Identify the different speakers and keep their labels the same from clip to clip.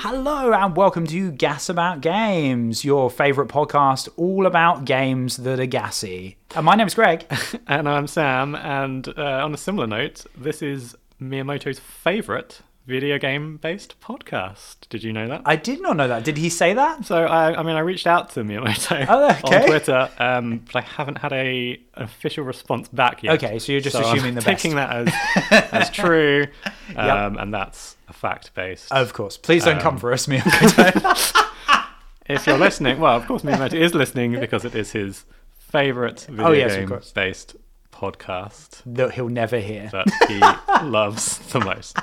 Speaker 1: Hello, and welcome to Gas About Games, your favourite podcast all about games that are gassy. And my name's Greg.
Speaker 2: And I'm Sam, and uh, on a similar note, this is Miyamoto's favourite video game based podcast. Did you know that?
Speaker 1: I did not know that. Did he say that?
Speaker 2: so, I, I mean, I reached out to Miyamoto
Speaker 1: Oh, okay.
Speaker 2: on Twitter, um, but I haven't had a an official response back yet.
Speaker 1: Okay, so you're just
Speaker 2: I'm
Speaker 1: assuming the best.
Speaker 2: taking that as, as true, um, and that's a fact based.
Speaker 1: Of course. Please don't come for us, Miyamoto.
Speaker 2: if you're listening, well, of course, Miyamoto is listening because it is his favourite video
Speaker 1: Oh, yes, of
Speaker 2: game
Speaker 1: course.
Speaker 2: based podcast
Speaker 1: that he'll never hear.
Speaker 2: that he loves the most.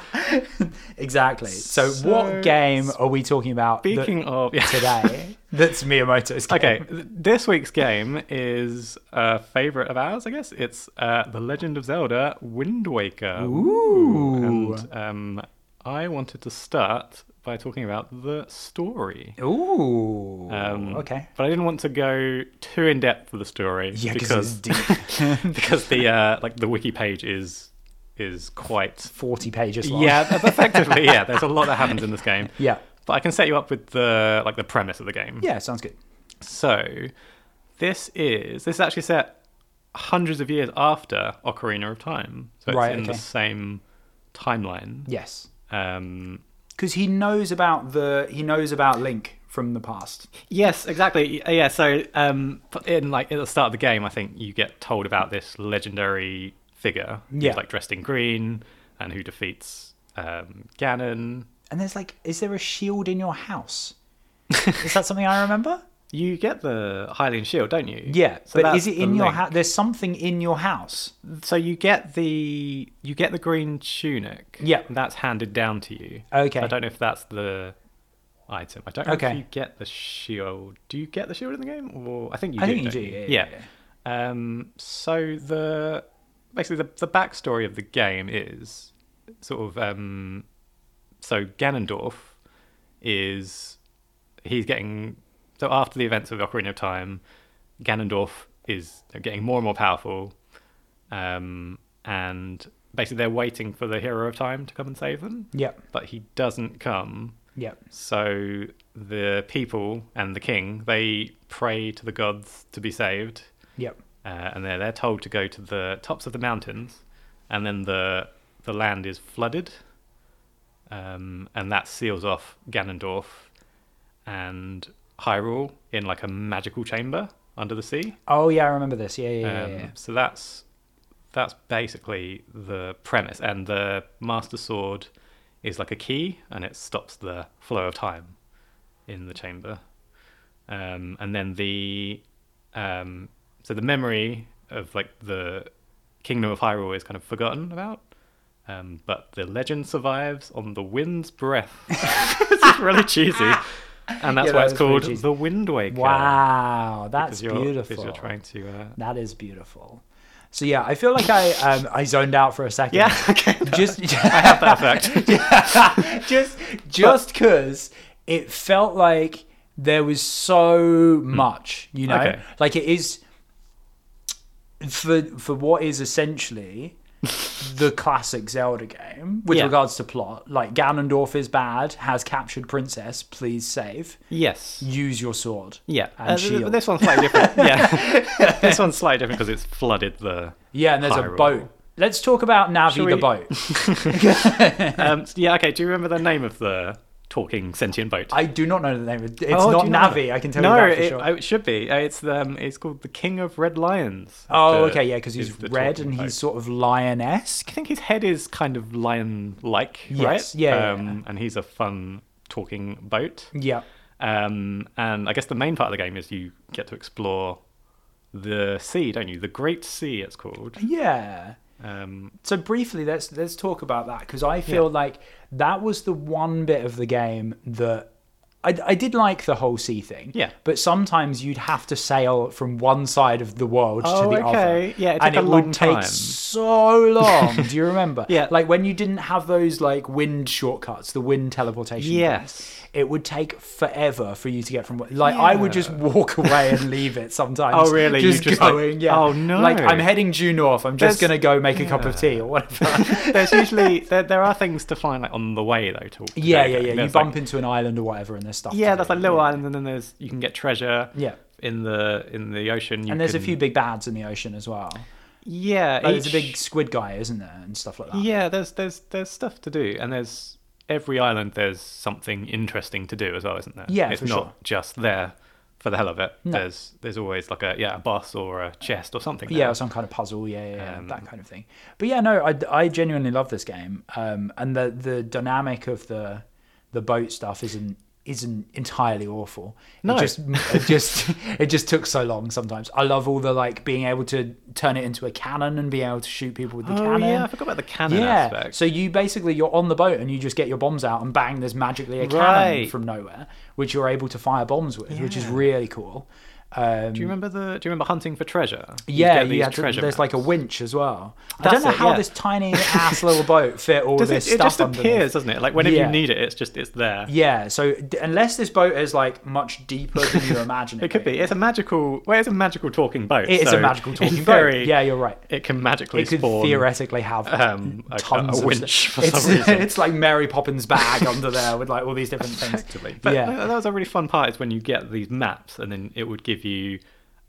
Speaker 1: Exactly. So,
Speaker 2: So-
Speaker 1: what game are we talking about that-
Speaker 2: Speaking of yeah.
Speaker 1: today? That's Miyamoto's game.
Speaker 2: okay, th- this week's game is a favorite of ours, I guess. It's uh, The Legend of Zelda: Wind Waker.
Speaker 1: Ooh.
Speaker 2: And um, I wanted to start by talking about the story.
Speaker 1: Ooh.
Speaker 2: Um,
Speaker 1: okay.
Speaker 2: But I didn't want to go too in depth with the story
Speaker 1: Yeah, because
Speaker 2: because
Speaker 1: it's deep.
Speaker 2: because the uh, like the wiki page is is quite
Speaker 1: 40 pages long.
Speaker 2: yeah effectively yeah. There's a lot that happens in this game.
Speaker 1: Yeah.
Speaker 2: But I can set you up with the like the premise of the game.
Speaker 1: Yeah, sounds good.
Speaker 2: So, this is this is actually set hundreds of years after Ocarina of Time, so it's
Speaker 1: Right,
Speaker 2: in
Speaker 1: okay.
Speaker 2: the same timeline.
Speaker 1: Yes.
Speaker 2: Um,
Speaker 1: because he knows about the he knows about Link from the past.
Speaker 2: yes, exactly. Yeah. So, um, but in like at the start of the game, I think you get told about this legendary figure, who's
Speaker 1: Yeah.
Speaker 2: like dressed in green and who defeats um, Ganon.
Speaker 1: And there's like, is there a shield in your house? is that something I remember?
Speaker 2: You get the Hylian shield, don't you?
Speaker 1: Yeah, but is
Speaker 2: that's
Speaker 1: it
Speaker 2: the
Speaker 1: in your
Speaker 2: link.
Speaker 1: house? There's something in your house.
Speaker 2: So you get the you get the green tunic.
Speaker 1: Yeah.
Speaker 2: and that's handed down to you.
Speaker 1: Okay.
Speaker 2: I don't know if that's the item. I don't know
Speaker 1: Okay.
Speaker 2: if you get the shield. Do you get the shield in the game? Or I think you
Speaker 1: I
Speaker 2: do.
Speaker 1: think you do,
Speaker 2: don't
Speaker 1: yeah,
Speaker 2: Yeah.
Speaker 1: yeah,
Speaker 2: Um. So the basically the the backstory of the game is sort of um. So Ganondorf is he's getting so after the events of Ocarina of Time, Ganondorf is getting more and more powerful, um, and basically they're waiting for the Hero of Time to come and save them,
Speaker 1: Yep,
Speaker 2: but he doesn't come.
Speaker 1: yep.
Speaker 2: So the people and the king they pray to the gods to be saved,
Speaker 1: Yep.
Speaker 2: uh, and they're they're told to go to the tops of the mountains, and then the the land is flooded, um, and that seals off Ganondorf and Hyrule in like a magical chamber under the sea.
Speaker 1: Oh yeah, I remember this. Yeah, yeah, yeah.
Speaker 2: Um,
Speaker 1: yeah, yeah.
Speaker 2: So that's that's basically the premise, and the Master Sword is like a key, and it stops the flow of time in the chamber. Um, and then the um, so the memory of like the Kingdom of Hyrule is kind of forgotten about. Um, but the legend survives on the wind's breath. it's really cheesy, and that's
Speaker 1: Yeah,
Speaker 2: why
Speaker 1: that
Speaker 2: it's
Speaker 1: is pretty
Speaker 2: called
Speaker 1: cheesy.
Speaker 2: the Wind Waker.
Speaker 1: Wow, that's
Speaker 2: because you're, because
Speaker 1: beautiful.
Speaker 2: You're trying to uh,
Speaker 1: That is beautiful. So yeah, I feel like I um, I zoned out for a second.
Speaker 2: Yeah, okay.
Speaker 1: Just
Speaker 2: Perfect.
Speaker 1: just just because it felt like there was so much you know
Speaker 2: Hmm. Okay.
Speaker 1: like it is for for what is essentially the classic zelda game with
Speaker 2: Yeah.
Speaker 1: regards to plot like ganondorf is bad has captured princess please save
Speaker 2: yes.
Speaker 1: use your sword
Speaker 2: Yeah.
Speaker 1: and
Speaker 2: Uh, th- th-
Speaker 1: shield
Speaker 2: This one's slightly different. yeah. this one's slightly different because it's flooded the.
Speaker 1: yeah and there's a
Speaker 2: Hyrule.
Speaker 1: boat let's talk about navi
Speaker 2: Shall
Speaker 1: the
Speaker 2: we-
Speaker 1: boat
Speaker 2: Um, s- yeah. Okay. Do you remember the name of the talking sentient boat?
Speaker 1: i do not know the name of it it's
Speaker 2: Oh,
Speaker 1: not
Speaker 2: do you know
Speaker 1: navi
Speaker 2: it?
Speaker 1: i can tell
Speaker 2: no,
Speaker 1: you that for
Speaker 2: it,
Speaker 1: sure
Speaker 2: uh, it should be. Uh, it's um, it's called the King of Red Lions.
Speaker 1: Oh,
Speaker 2: The-
Speaker 1: okay, yeah, because
Speaker 2: is
Speaker 1: he's
Speaker 2: the
Speaker 1: red
Speaker 2: talking
Speaker 1: and
Speaker 2: boat.
Speaker 1: he's sort of lion-esque.
Speaker 2: I think his head is kind of lion-like,
Speaker 1: Yes,
Speaker 2: right?
Speaker 1: yeah, yeah,
Speaker 2: Um, and he's a fun talking boat.
Speaker 1: Yeah.
Speaker 2: Um, and I guess the main part of the game is you get to explore the sea, don't you? The Great Sea, it's called.
Speaker 1: Yeah.
Speaker 2: Um,
Speaker 1: So briefly, let's let's talk about that because I feel like that was the one bit of the game that I, I did like the whole sea thing.
Speaker 2: Yeah.
Speaker 1: But sometimes you'd have to sail from one side of the world
Speaker 2: Oh,
Speaker 1: to the
Speaker 2: okay.
Speaker 1: other.
Speaker 2: Yeah, it
Speaker 1: and
Speaker 2: took
Speaker 1: it
Speaker 2: a
Speaker 1: would
Speaker 2: long
Speaker 1: take
Speaker 2: time.
Speaker 1: so long. Do you remember?
Speaker 2: Yeah.
Speaker 1: Like when you didn't have those like wind shortcuts, the wind teleportation. things,
Speaker 2: Yes.
Speaker 1: it would take forever for you to get from like I would just walk away and leave it sometimes.
Speaker 2: Oh, really? You
Speaker 1: Just,
Speaker 2: just, like,
Speaker 1: going, yeah.
Speaker 2: oh, no.
Speaker 1: Like I'm heading due north. I'm just
Speaker 2: There's-
Speaker 1: gonna go make a cup of tea or whatever.
Speaker 2: There's usually there, there are things to find like on the way though. To, to
Speaker 1: yeah,
Speaker 2: go
Speaker 1: yeah,
Speaker 2: get.
Speaker 1: yeah. You
Speaker 2: There's,
Speaker 1: bump
Speaker 2: like,
Speaker 1: into an island or whatever, and there's stuff.
Speaker 2: yeah.
Speaker 1: to
Speaker 2: There's
Speaker 1: do.
Speaker 2: like little island, and then there's you can get treasure.
Speaker 1: Yeah.
Speaker 2: In the in the ocean, you
Speaker 1: And there's a
Speaker 2: can-
Speaker 1: few big bads in the ocean as well.
Speaker 2: Yeah,
Speaker 1: Like, there's a
Speaker 2: each-
Speaker 1: big squid guy, isn't there, and stuff like that.
Speaker 2: Yeah, there's there's there's stuff to do, and there's every island there's something interesting to do as well, isn't there?
Speaker 1: Yeah,
Speaker 2: it's
Speaker 1: for
Speaker 2: not
Speaker 1: sure.
Speaker 2: just there for the hell of it. There's there's always like a yeah a bus or a chest or something.
Speaker 1: yeah,
Speaker 2: there.
Speaker 1: or some kind of puzzle, yeah, yeah, yeah
Speaker 2: Um,
Speaker 1: that kind of thing. But yeah, no, I, I genuinely love this game, um, and the the dynamic of the the boat stuff isn't isn't entirely awful.
Speaker 2: No.
Speaker 1: it just it just it just took so long sometimes. I love all the like being able to turn it into a cannon and being able to shoot people with the
Speaker 2: oh
Speaker 1: cannon.
Speaker 2: yeah, I forgot about the cannon
Speaker 1: Yeah,
Speaker 2: aspect.
Speaker 1: so you basically you're on the boat and you just get your bombs out and bang, there's magically a cannon
Speaker 2: Right.
Speaker 1: from nowhere, which you're able to fire bombs with, which is
Speaker 2: Yeah.
Speaker 1: really cool. Um,
Speaker 2: Do you remember the? Do you remember hunting for treasure? You'd
Speaker 1: yeah,
Speaker 2: get
Speaker 1: you
Speaker 2: these
Speaker 1: had to-
Speaker 2: treasure
Speaker 1: there's like a
Speaker 2: maps.
Speaker 1: winch as well. I
Speaker 2: That's
Speaker 1: don't know
Speaker 2: it,
Speaker 1: how
Speaker 2: yeah.
Speaker 1: this tiny ass little boat fit all
Speaker 2: Does
Speaker 1: this
Speaker 2: it, it
Speaker 1: stuff
Speaker 2: just
Speaker 1: under.
Speaker 2: appears, doesn't it? Like whenever
Speaker 1: Yeah.
Speaker 2: you need it, it's just it's there.
Speaker 1: Yeah, so d- unless this boat is like much deeper than you imagine, it,
Speaker 2: It could be.
Speaker 1: being,
Speaker 2: It's a magical. Well, it's a magical talking boat.
Speaker 1: It is
Speaker 2: so
Speaker 1: a magical
Speaker 2: in
Speaker 1: talking
Speaker 2: theory,
Speaker 1: boat. Yeah, you're right.
Speaker 2: It can magically
Speaker 1: It could
Speaker 2: spawn.
Speaker 1: theoretically have
Speaker 2: um, a- a
Speaker 1: tons of
Speaker 2: winch
Speaker 1: stuff.
Speaker 2: for
Speaker 1: it's,
Speaker 2: some reason.
Speaker 1: It's like Mary Poppins' bag under there with like all these different things.
Speaker 2: effectively. But uh,
Speaker 1: yeah,
Speaker 2: that- that was a really fun part is when you get these maps and then it would give you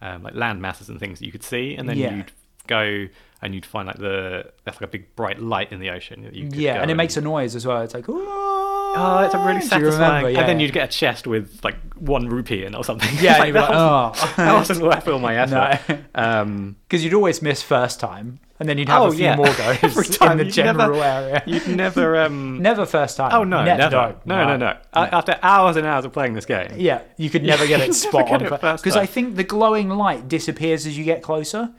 Speaker 2: um, like land masses and things that you could see, and then
Speaker 1: Yeah.
Speaker 2: you'd go and you'd find like the that's like a big bright light in the ocean. That you could
Speaker 1: yeah,
Speaker 2: go
Speaker 1: and it makes a noise as well. It's like, oh,
Speaker 2: Oh, it's a really satisfying. and then
Speaker 1: yeah.
Speaker 2: you'd get a chest with like one rupee in or something. It's
Speaker 1: Yeah, and
Speaker 2: like,
Speaker 1: you'd be
Speaker 2: that,
Speaker 1: like,
Speaker 2: wasn't,
Speaker 1: "Oh."
Speaker 2: that wasn't worth all my effort. Um,
Speaker 1: because you'd always miss first time, and then you'd have a few more goes
Speaker 2: Oh, Every time
Speaker 1: in the
Speaker 2: you'd
Speaker 1: general
Speaker 2: never,
Speaker 1: area.
Speaker 2: You'd never. Um,
Speaker 1: Never first time.
Speaker 2: oh no,
Speaker 1: Ne-
Speaker 2: never. No, no, no. A- After hours and hours of playing this game.
Speaker 1: Yeah, you could never get
Speaker 2: You'd
Speaker 1: it
Speaker 2: never
Speaker 1: spot
Speaker 2: get
Speaker 1: on
Speaker 2: it
Speaker 1: on
Speaker 2: first
Speaker 1: because I
Speaker 2: time.
Speaker 1: think the glowing light disappears as you get closer.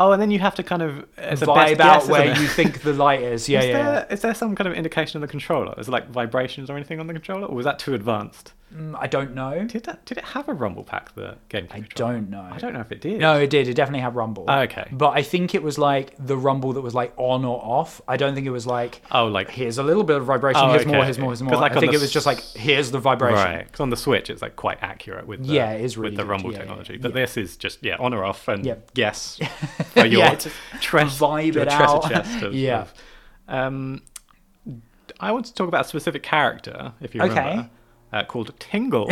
Speaker 2: Oh, and then you have to kind of it's a
Speaker 1: vibe
Speaker 2: best
Speaker 1: out
Speaker 2: guess,
Speaker 1: where
Speaker 2: isn't it?
Speaker 1: you think the light is. Yeah,
Speaker 2: Is
Speaker 1: yeah.
Speaker 2: there, is there some kind of indication on the controller? Is it like vibrations or anything on the controller, or was that too advanced?
Speaker 1: Mm, I don't know.
Speaker 2: Did that? Did it have a rumble pack? The game.
Speaker 1: I don't know.
Speaker 2: I don't know if it did.
Speaker 1: No, it did. It definitely had rumble.
Speaker 2: Oh, okay.
Speaker 1: But I think it was like the rumble that was like on or off. I don't think it was like.
Speaker 2: Oh, like
Speaker 1: Here's a little bit of vibration.
Speaker 2: Oh,
Speaker 1: here's more.
Speaker 2: okay.
Speaker 1: Here's more. Here's
Speaker 2: 'Cause,
Speaker 1: more.
Speaker 2: like,
Speaker 1: I
Speaker 2: on
Speaker 1: think
Speaker 2: the
Speaker 1: it was just like here's the vibration.
Speaker 2: right because on the Switch it's like quite accurate with the,
Speaker 1: Yeah, it is really
Speaker 2: with the
Speaker 1: good.
Speaker 2: rumble
Speaker 1: Yeah, yeah,
Speaker 2: technology.
Speaker 1: yeah.
Speaker 2: But this is just yeah on or off and
Speaker 1: Yeah.
Speaker 2: guess for your
Speaker 1: Yeah, just
Speaker 2: treasure
Speaker 1: vibe
Speaker 2: your
Speaker 1: it
Speaker 2: treasure
Speaker 1: out.
Speaker 2: chest. Of,
Speaker 1: Yeah.
Speaker 2: of- um, I want to talk about a specific character if you
Speaker 1: Okay.
Speaker 2: remember. Uh, called Tingle.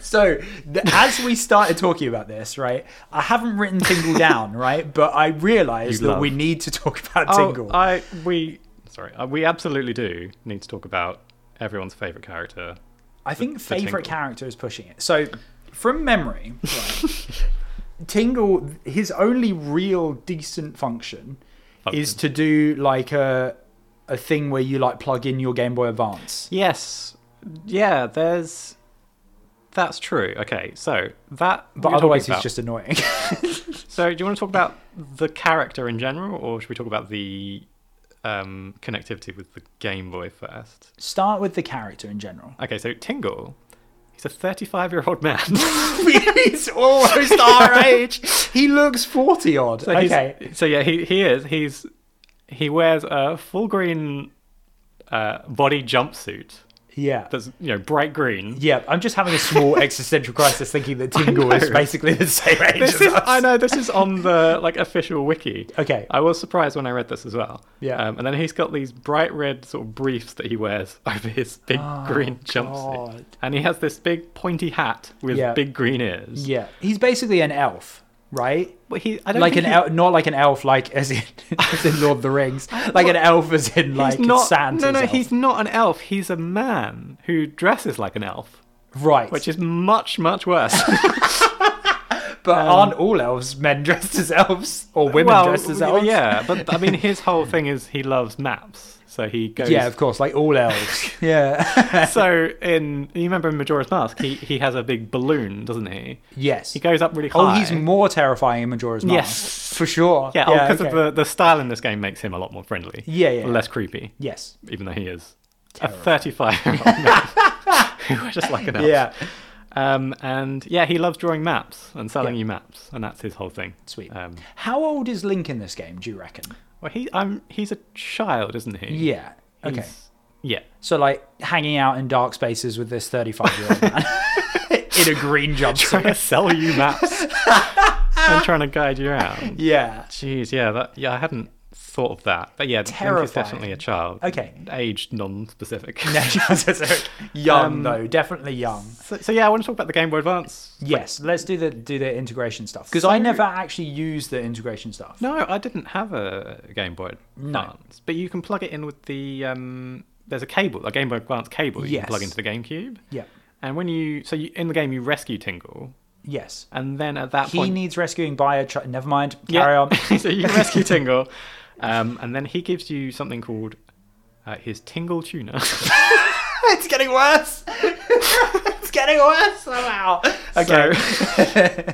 Speaker 1: So, th- as we started talking about this, right, I haven't written Tingle down, right, but I realised
Speaker 2: You
Speaker 1: that
Speaker 2: love-
Speaker 1: we need to talk about
Speaker 2: Oh,
Speaker 1: Tingle.
Speaker 2: I we sorry, uh, we absolutely do need to talk about everyone's favorite character.
Speaker 1: I think
Speaker 2: for
Speaker 1: favourite
Speaker 2: Tingle.
Speaker 1: character is pushing it. So, from memory, right, Tingle, his only real decent function, is to do like a a thing where you like plug in your Game Boy Advance.
Speaker 2: Yes, yeah. There's that's true. Okay, so that
Speaker 1: But
Speaker 2: we're
Speaker 1: otherwise,
Speaker 2: talking
Speaker 1: he's
Speaker 2: about-
Speaker 1: just annoying.
Speaker 2: So do you want to talk about the character in general, or should we talk about the um, connectivity with the Game Boy first?
Speaker 1: Start with the character in general.
Speaker 2: Okay, so Tingle, he's a 35 year old man.
Speaker 1: he's almost our age. He looks forty odd.
Speaker 2: So he's-
Speaker 1: okay.
Speaker 2: So yeah, he he is. He's he wears a full green uh, body jumpsuit
Speaker 1: Yeah.
Speaker 2: that's you know bright green.
Speaker 1: Yeah, I'm just having a small existential crisis thinking that Tingle is
Speaker 2: know.
Speaker 1: basically the same age
Speaker 2: This
Speaker 1: as
Speaker 2: is,
Speaker 1: us.
Speaker 2: I know this is on the like official wiki.
Speaker 1: Okay. uh,
Speaker 2: I was surprised when I read this as well.
Speaker 1: Yeah.
Speaker 2: Um, and then he's got these bright red sort of briefs that he wears over his big green jumpsuit,
Speaker 1: Oh, God.
Speaker 2: and he has this big pointy hat with
Speaker 1: Yeah.
Speaker 2: big green ears.
Speaker 1: Yeah, he's basically an elf, right?
Speaker 2: But he, I don't
Speaker 1: Like an
Speaker 2: think he-
Speaker 1: elf, not like an elf, like as in, as in Lord of the Rings, like an elf as in
Speaker 2: He's
Speaker 1: like
Speaker 2: not,
Speaker 1: Santa's
Speaker 2: no, no,
Speaker 1: elf.
Speaker 2: he's not an elf. He's a man who dresses like an elf,
Speaker 1: right.
Speaker 2: which is much, much worse.
Speaker 1: but aren't all elves men dressed as elves or women
Speaker 2: um, well,
Speaker 1: dressed as elves?
Speaker 2: yeah, but I mean, his whole thing is he loves maps, so he goes.
Speaker 1: yeah, of course, like all elves. yeah.
Speaker 2: so in you remember in Majora's Mask, he he has a big balloon, doesn't he?
Speaker 1: yes.
Speaker 2: He goes up really
Speaker 1: oh,
Speaker 2: high.
Speaker 1: he's more terrifying in Majora's Mask.
Speaker 2: Yes.
Speaker 1: for sure.
Speaker 2: yeah, because
Speaker 1: okay.
Speaker 2: of the the style in this game makes him a lot more friendly.
Speaker 1: Yeah, yeah.
Speaker 2: less creepy,
Speaker 1: yes.
Speaker 2: even though he is
Speaker 1: Terrible.
Speaker 2: a thirty-five year old man. who were just like an elf.
Speaker 1: Yeah.
Speaker 2: Um, and yeah, he loves drawing maps and selling
Speaker 1: Yeah.
Speaker 2: you maps, and that's his whole thing.
Speaker 1: Sweet.
Speaker 2: Um,
Speaker 1: How old is Link in this game? Do you reckon?
Speaker 2: well, he, um, he's a child, isn't he?
Speaker 1: Yeah. Okay.
Speaker 2: He's- Yeah.
Speaker 1: So like hanging out in dark spaces with this 35 year old man in a green
Speaker 2: Trying to
Speaker 1: jumpsuit.
Speaker 2: sell you maps and trying to guide you around.
Speaker 1: yeah.
Speaker 2: Jeez, yeah, that, yeah, I hadn't thought of that, but yeah, Link is
Speaker 1: Terrifying.
Speaker 2: definitely a child.
Speaker 1: Okay.
Speaker 2: Aged non-specific.
Speaker 1: young
Speaker 2: Um,
Speaker 1: though, definitely young.
Speaker 2: so, so yeah, I want to talk about the Game Boy Advance.
Speaker 1: Yes, let's do the do the integration stuff because I
Speaker 2: So-
Speaker 1: never actually used the integration stuff.
Speaker 2: No, I didn't have a Game Boy
Speaker 1: No.
Speaker 2: Advance, but you can plug it in with the um, there's a cable, a Game Boy Advance cable you
Speaker 1: Yes.
Speaker 2: can plug into the GameCube.
Speaker 1: Yeah.
Speaker 2: And when you so you, in the game you rescue Tingle,
Speaker 1: Yes.
Speaker 2: and then at that
Speaker 1: He
Speaker 2: point
Speaker 1: needs rescuing by a child. Never mind. Carry on.
Speaker 2: so you rescue Tingle, um, and then he gives you something called uh, his Tingle Tuner.
Speaker 1: it's getting worse. it's getting worse somehow. Okay.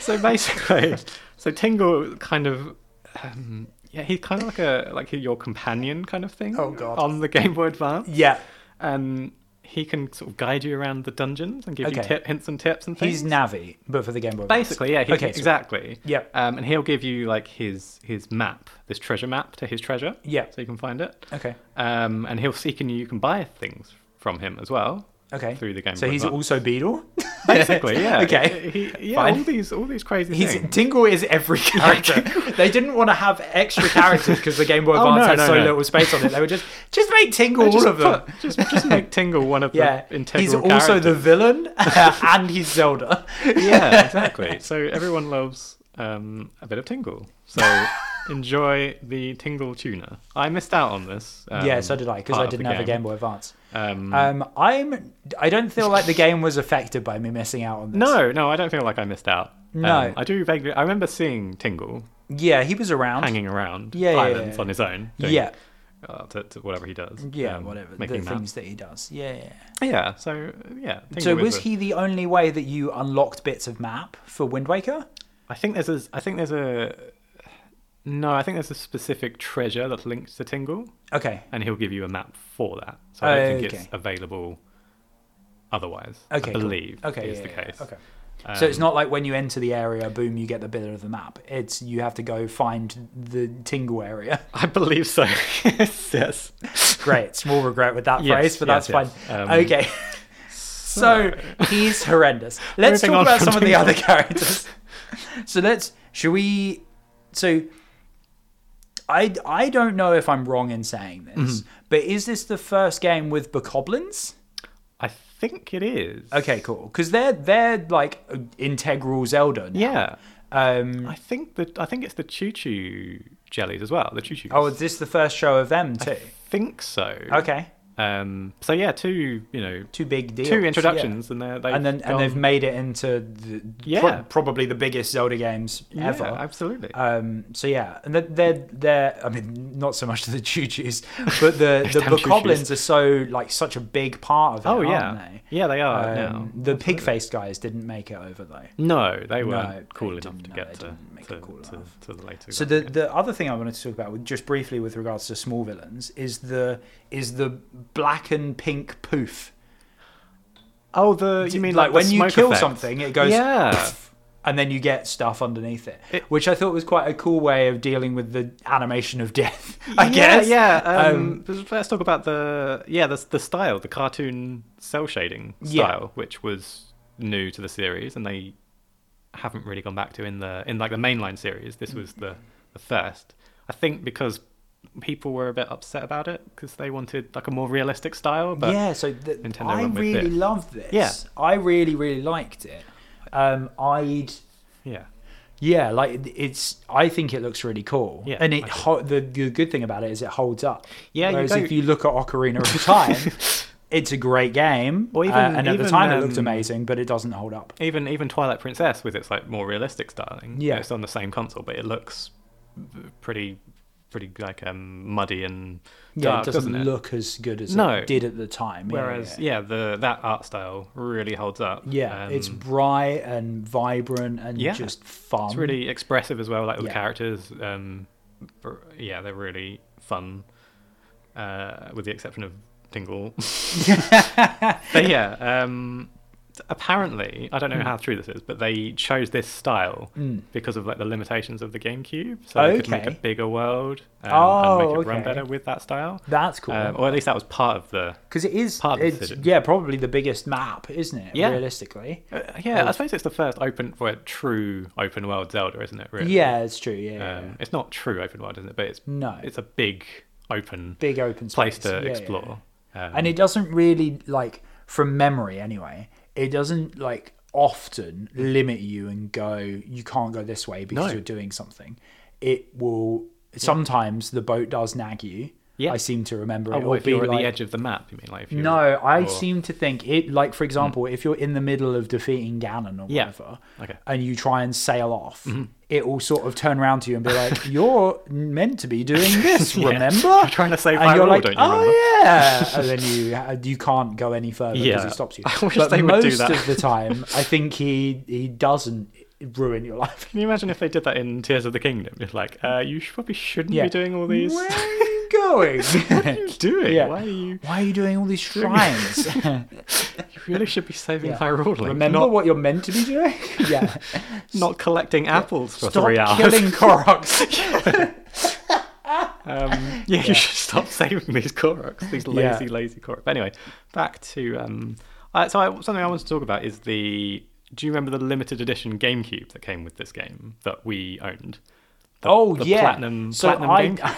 Speaker 2: so basically, so Tingle kind of, um, yeah, he's kind of like a like your companion kind of thing.
Speaker 1: Oh, God.
Speaker 2: On the Game Boy Advance,
Speaker 1: yeah.
Speaker 2: um, he can sort of guide you around the dungeons and give you
Speaker 1: Okay.
Speaker 2: tip, hints and tips and things.
Speaker 1: He's Navi, but for the Game Boy. Advance.
Speaker 2: Basically, yeah, he,
Speaker 1: Okay, sweet.
Speaker 2: exactly.
Speaker 1: Yep.
Speaker 2: Um, and he'll give you like his his map, this treasure map to his treasure.
Speaker 1: Yeah.
Speaker 2: So you can find it.
Speaker 1: Okay.
Speaker 2: Um, and he'll seek and you can buy things from him as well.
Speaker 1: Okay.
Speaker 2: Through the Game
Speaker 1: So
Speaker 2: Boy
Speaker 1: he's
Speaker 2: Advance.
Speaker 1: also Beetle.
Speaker 2: Basically, yeah.
Speaker 1: Okay.
Speaker 2: He, he- yeah,
Speaker 1: Fine.
Speaker 2: all these all these crazy
Speaker 1: He's,
Speaker 2: things.
Speaker 1: Tingle is every character. they didn't want to have extra characters because the Game Boy
Speaker 2: Oh,
Speaker 1: Advance
Speaker 2: no,
Speaker 1: had
Speaker 2: no,
Speaker 1: so
Speaker 2: no.
Speaker 1: little space on it. They were just just make Tingle all
Speaker 2: Just
Speaker 1: of them.
Speaker 2: put- Just, just make Tingle one of
Speaker 1: yeah,
Speaker 2: the integral
Speaker 1: he's also the
Speaker 2: characters.
Speaker 1: villain and he's Zelda.
Speaker 2: yeah, exactly. So everyone loves um, a bit of Tingle. So enjoy the Tingle tuner. I missed out on this. Um,
Speaker 1: yeah, so did I because I
Speaker 2: part of
Speaker 1: didn't
Speaker 2: the
Speaker 1: have a Game Boy Advance.
Speaker 2: Um,
Speaker 1: Um, I'm. I don't feel like the game was affected by me missing out on this.
Speaker 2: no, no, I don't feel like I missed out.
Speaker 1: No.
Speaker 2: Um, I do vaguely. I remember seeing Tingle
Speaker 1: Yeah, he was around.
Speaker 2: hanging around
Speaker 1: Yeah, yeah,
Speaker 2: islands
Speaker 1: yeah.
Speaker 2: on his own. doing,
Speaker 1: Yeah.
Speaker 2: uh, to, to whatever he does.
Speaker 1: Yeah,
Speaker 2: um,
Speaker 1: whatever the
Speaker 2: Making maps.
Speaker 1: things that he does. Yeah. yeah.
Speaker 2: Yeah. So yeah. Tingle
Speaker 1: So
Speaker 2: is
Speaker 1: was
Speaker 2: a-
Speaker 1: he the only way that you unlocked bits of map for Wind Waker?
Speaker 2: I think there's a. I think there's a. No, I think there's a specific treasure that's linked to Tingle,
Speaker 1: Okay.
Speaker 2: and he'll give you a map for that. So I don't think
Speaker 1: Okay.
Speaker 2: it's available otherwise.
Speaker 1: Okay,
Speaker 2: I
Speaker 1: cool.
Speaker 2: believe
Speaker 1: Okay.
Speaker 2: is
Speaker 1: yeah,
Speaker 2: the
Speaker 1: yeah, yeah.
Speaker 2: case. Um,
Speaker 1: Okay. so it's not like when you enter the area, boom, you get the bit of the map. It's you have to go find the Tingle area.
Speaker 2: I believe so. yes. yes.
Speaker 1: Great, small regret with that
Speaker 2: Yes,
Speaker 1: phrase, but
Speaker 2: yes,
Speaker 1: that's fine.
Speaker 2: yes. Um,
Speaker 1: okay. So he's horrendous. Let's
Speaker 2: Moving
Speaker 1: talk
Speaker 2: on
Speaker 1: about
Speaker 2: from
Speaker 1: some of the
Speaker 2: Tingle.
Speaker 1: other characters. So let's. Should we? So I I don't know if I'm wrong in saying this,
Speaker 2: Mm-hmm.
Speaker 1: but is this the first game with bokoblins?
Speaker 2: I think it is.
Speaker 1: Okay, cool. Because they're they're like uh, integral Zelda. Now.
Speaker 2: Yeah.
Speaker 1: Um,
Speaker 2: I think that I think it's the choo choo jellies as well. The choo choo.
Speaker 1: oh, is this the first show of them too?
Speaker 2: think so.
Speaker 1: Okay,
Speaker 2: Um. So yeah, two. You know,
Speaker 1: two big deals.
Speaker 2: two
Speaker 1: yeah.
Speaker 2: introductions, and they're they've
Speaker 1: and then and they've
Speaker 2: gone-
Speaker 1: made it into the,
Speaker 2: Yeah.
Speaker 1: pro- probably the biggest Zelda games
Speaker 2: yeah,
Speaker 1: ever.
Speaker 2: absolutely.
Speaker 1: um, so yeah, and they're- they're they're I mean not so much the choo-choos, but the the
Speaker 2: damn choo-choos.
Speaker 1: bokoblins are so like such a big part of it.
Speaker 2: oh
Speaker 1: aren't
Speaker 2: yeah. Oh,
Speaker 1: they?
Speaker 2: Yeah, they are now.
Speaker 1: Um, the pig faced guys didn't make it over though.
Speaker 2: No, they
Speaker 1: No,
Speaker 2: weren't
Speaker 1: they
Speaker 2: cool enough
Speaker 1: didn't-
Speaker 2: to
Speaker 1: no,
Speaker 2: get
Speaker 1: they
Speaker 2: to,
Speaker 1: didn't make
Speaker 2: to,
Speaker 1: it cool
Speaker 2: to,
Speaker 1: enough.
Speaker 2: to the later.
Speaker 1: So the, the other thing I wanted to talk about, with, just briefly with regards to small villains, is the is the black and pink poof.
Speaker 2: oh, the you mean
Speaker 1: like,
Speaker 2: like,
Speaker 1: when you kill something, it goes
Speaker 2: Yeah,
Speaker 1: and then you get stuff underneath it,
Speaker 2: It-
Speaker 1: which I thought was quite a cool way of dealing with the animation of death. I
Speaker 2: yeah,
Speaker 1: guess.
Speaker 2: Yeah. Um,
Speaker 1: Um,
Speaker 2: but let's talk about the yeah the the style, the cartoon cell shading
Speaker 1: Yeah.
Speaker 2: style, which was new to the series, and they haven't really gone back to in the in like the mainline series. This was the the first, I think, because people were a bit upset about it because they wanted like a more realistic style. But
Speaker 1: yeah. So th-
Speaker 2: Nintendo
Speaker 1: I
Speaker 2: went with
Speaker 1: really
Speaker 2: this.
Speaker 1: loved this.
Speaker 2: Yeah.
Speaker 1: I really really liked it. Um, I'd
Speaker 2: yeah,
Speaker 1: yeah, like it's. I think it looks really cool.
Speaker 2: Yeah,
Speaker 1: and
Speaker 2: I
Speaker 1: it
Speaker 2: do.
Speaker 1: ho- the the good thing about it is it holds up.
Speaker 2: Yeah, you
Speaker 1: Whereas
Speaker 2: don't-
Speaker 1: if you look at Ocarina of Time. It's a great game,
Speaker 2: Or
Speaker 1: uh,
Speaker 2: even-
Speaker 1: and at the
Speaker 2: even,
Speaker 1: time it looked
Speaker 2: um,
Speaker 1: amazing, but it doesn't hold up.
Speaker 2: even even Twilight Princess with its like more realistic styling.
Speaker 1: Yeah.
Speaker 2: it's on the same console, but it looks pretty pretty like um muddy and
Speaker 1: Yeah,
Speaker 2: dark,
Speaker 1: it doesn't,
Speaker 2: it?
Speaker 1: look as good as
Speaker 2: No.
Speaker 1: it did at the time. Yeah,
Speaker 2: Whereas
Speaker 1: yeah.
Speaker 2: yeah, the that art style really holds up.
Speaker 1: Yeah,
Speaker 2: Um,
Speaker 1: it's bright and vibrant and
Speaker 2: Yeah.
Speaker 1: just fun.
Speaker 2: it's really expressive as well. Like with
Speaker 1: yeah.
Speaker 2: characters, um, br- yeah, they're really fun. Uh, with the exception of Tingle. but yeah, um, apparently, I don't
Speaker 1: Hmm.
Speaker 2: know how true this is, but they chose this style because of like the limitations of the GameCube, so they could make a
Speaker 1: Okay.
Speaker 2: bigger world um,
Speaker 1: Oh,
Speaker 2: and make it run
Speaker 1: okay.
Speaker 2: better with that style.
Speaker 1: That's cool.
Speaker 2: Um, or at least that was part of the
Speaker 1: because it is,
Speaker 2: part of the
Speaker 1: it's,
Speaker 2: city.
Speaker 1: yeah, probably the biggest map, isn't it?
Speaker 2: Yeah.
Speaker 1: Realistically,
Speaker 2: Uh, yeah, I suppose it's the first open for a true open world Zelda, isn't it? Really?
Speaker 1: yeah, it's true. Yeah, yeah, yeah.
Speaker 2: Um, it's not true open world, isn't it? But it's
Speaker 1: No.
Speaker 2: It's a big open
Speaker 1: big open
Speaker 2: place
Speaker 1: space
Speaker 2: to
Speaker 1: Yeah, yeah,
Speaker 2: explore. Um,
Speaker 1: and it doesn't really like from memory anyway it doesn't like often limit you and go you can't go this way because
Speaker 2: No.
Speaker 1: you're doing something it will sometimes the boat does nag you
Speaker 2: Yeah.
Speaker 1: i seem to remember it
Speaker 2: oh,
Speaker 1: will
Speaker 2: if you're
Speaker 1: be
Speaker 2: at
Speaker 1: like-
Speaker 2: the edge of the map, you mean? Like if you're,
Speaker 1: no i
Speaker 2: or-
Speaker 1: seem to think it like for example if you're in the middle of defeating ganon or
Speaker 2: Yeah.
Speaker 1: whatever
Speaker 2: Okay. Mm-hmm.
Speaker 1: and you try and sail off it will sort of turn around to you and be like you're meant to be doing this
Speaker 2: Yeah.
Speaker 1: remember
Speaker 2: You're trying to save
Speaker 1: and
Speaker 2: my
Speaker 1: you're
Speaker 2: rule,
Speaker 1: like,
Speaker 2: don't you remember?
Speaker 1: oh yeah, and then you you can't go any further because
Speaker 2: Yeah.
Speaker 1: it stops you.
Speaker 2: I wish
Speaker 1: but
Speaker 2: they would
Speaker 1: most
Speaker 2: do that.
Speaker 1: of the time, I think he he doesn't ruin your life.
Speaker 2: Can you imagine if they did that in Tears of the Kingdom? It's like, uh, you sh probably shouldn't
Speaker 1: Yeah.
Speaker 2: be doing all these.
Speaker 1: Where are you going?
Speaker 2: what are you doing?
Speaker 1: Yeah.
Speaker 2: Why are you?
Speaker 1: Why are you doing all these shrines?
Speaker 2: You really should be saving
Speaker 1: Yeah.
Speaker 2: Hyrule. Link,
Speaker 1: Remember
Speaker 2: not,
Speaker 1: what you're meant to be doing? yeah.
Speaker 2: not collecting apples for
Speaker 1: Stop
Speaker 2: three hours.
Speaker 1: killing Koroks.
Speaker 2: Um, yeah, you should stop saving these Koroks, these
Speaker 1: Yeah.
Speaker 2: lazy, lazy Koroks. But anyway, back to um, I, so I, something I wanted to talk about is the. Do you remember the limited edition GameCube that came with this game that we owned? The,
Speaker 1: oh
Speaker 2: the
Speaker 1: yeah.
Speaker 2: platinum,
Speaker 1: so
Speaker 2: platinum GameCube.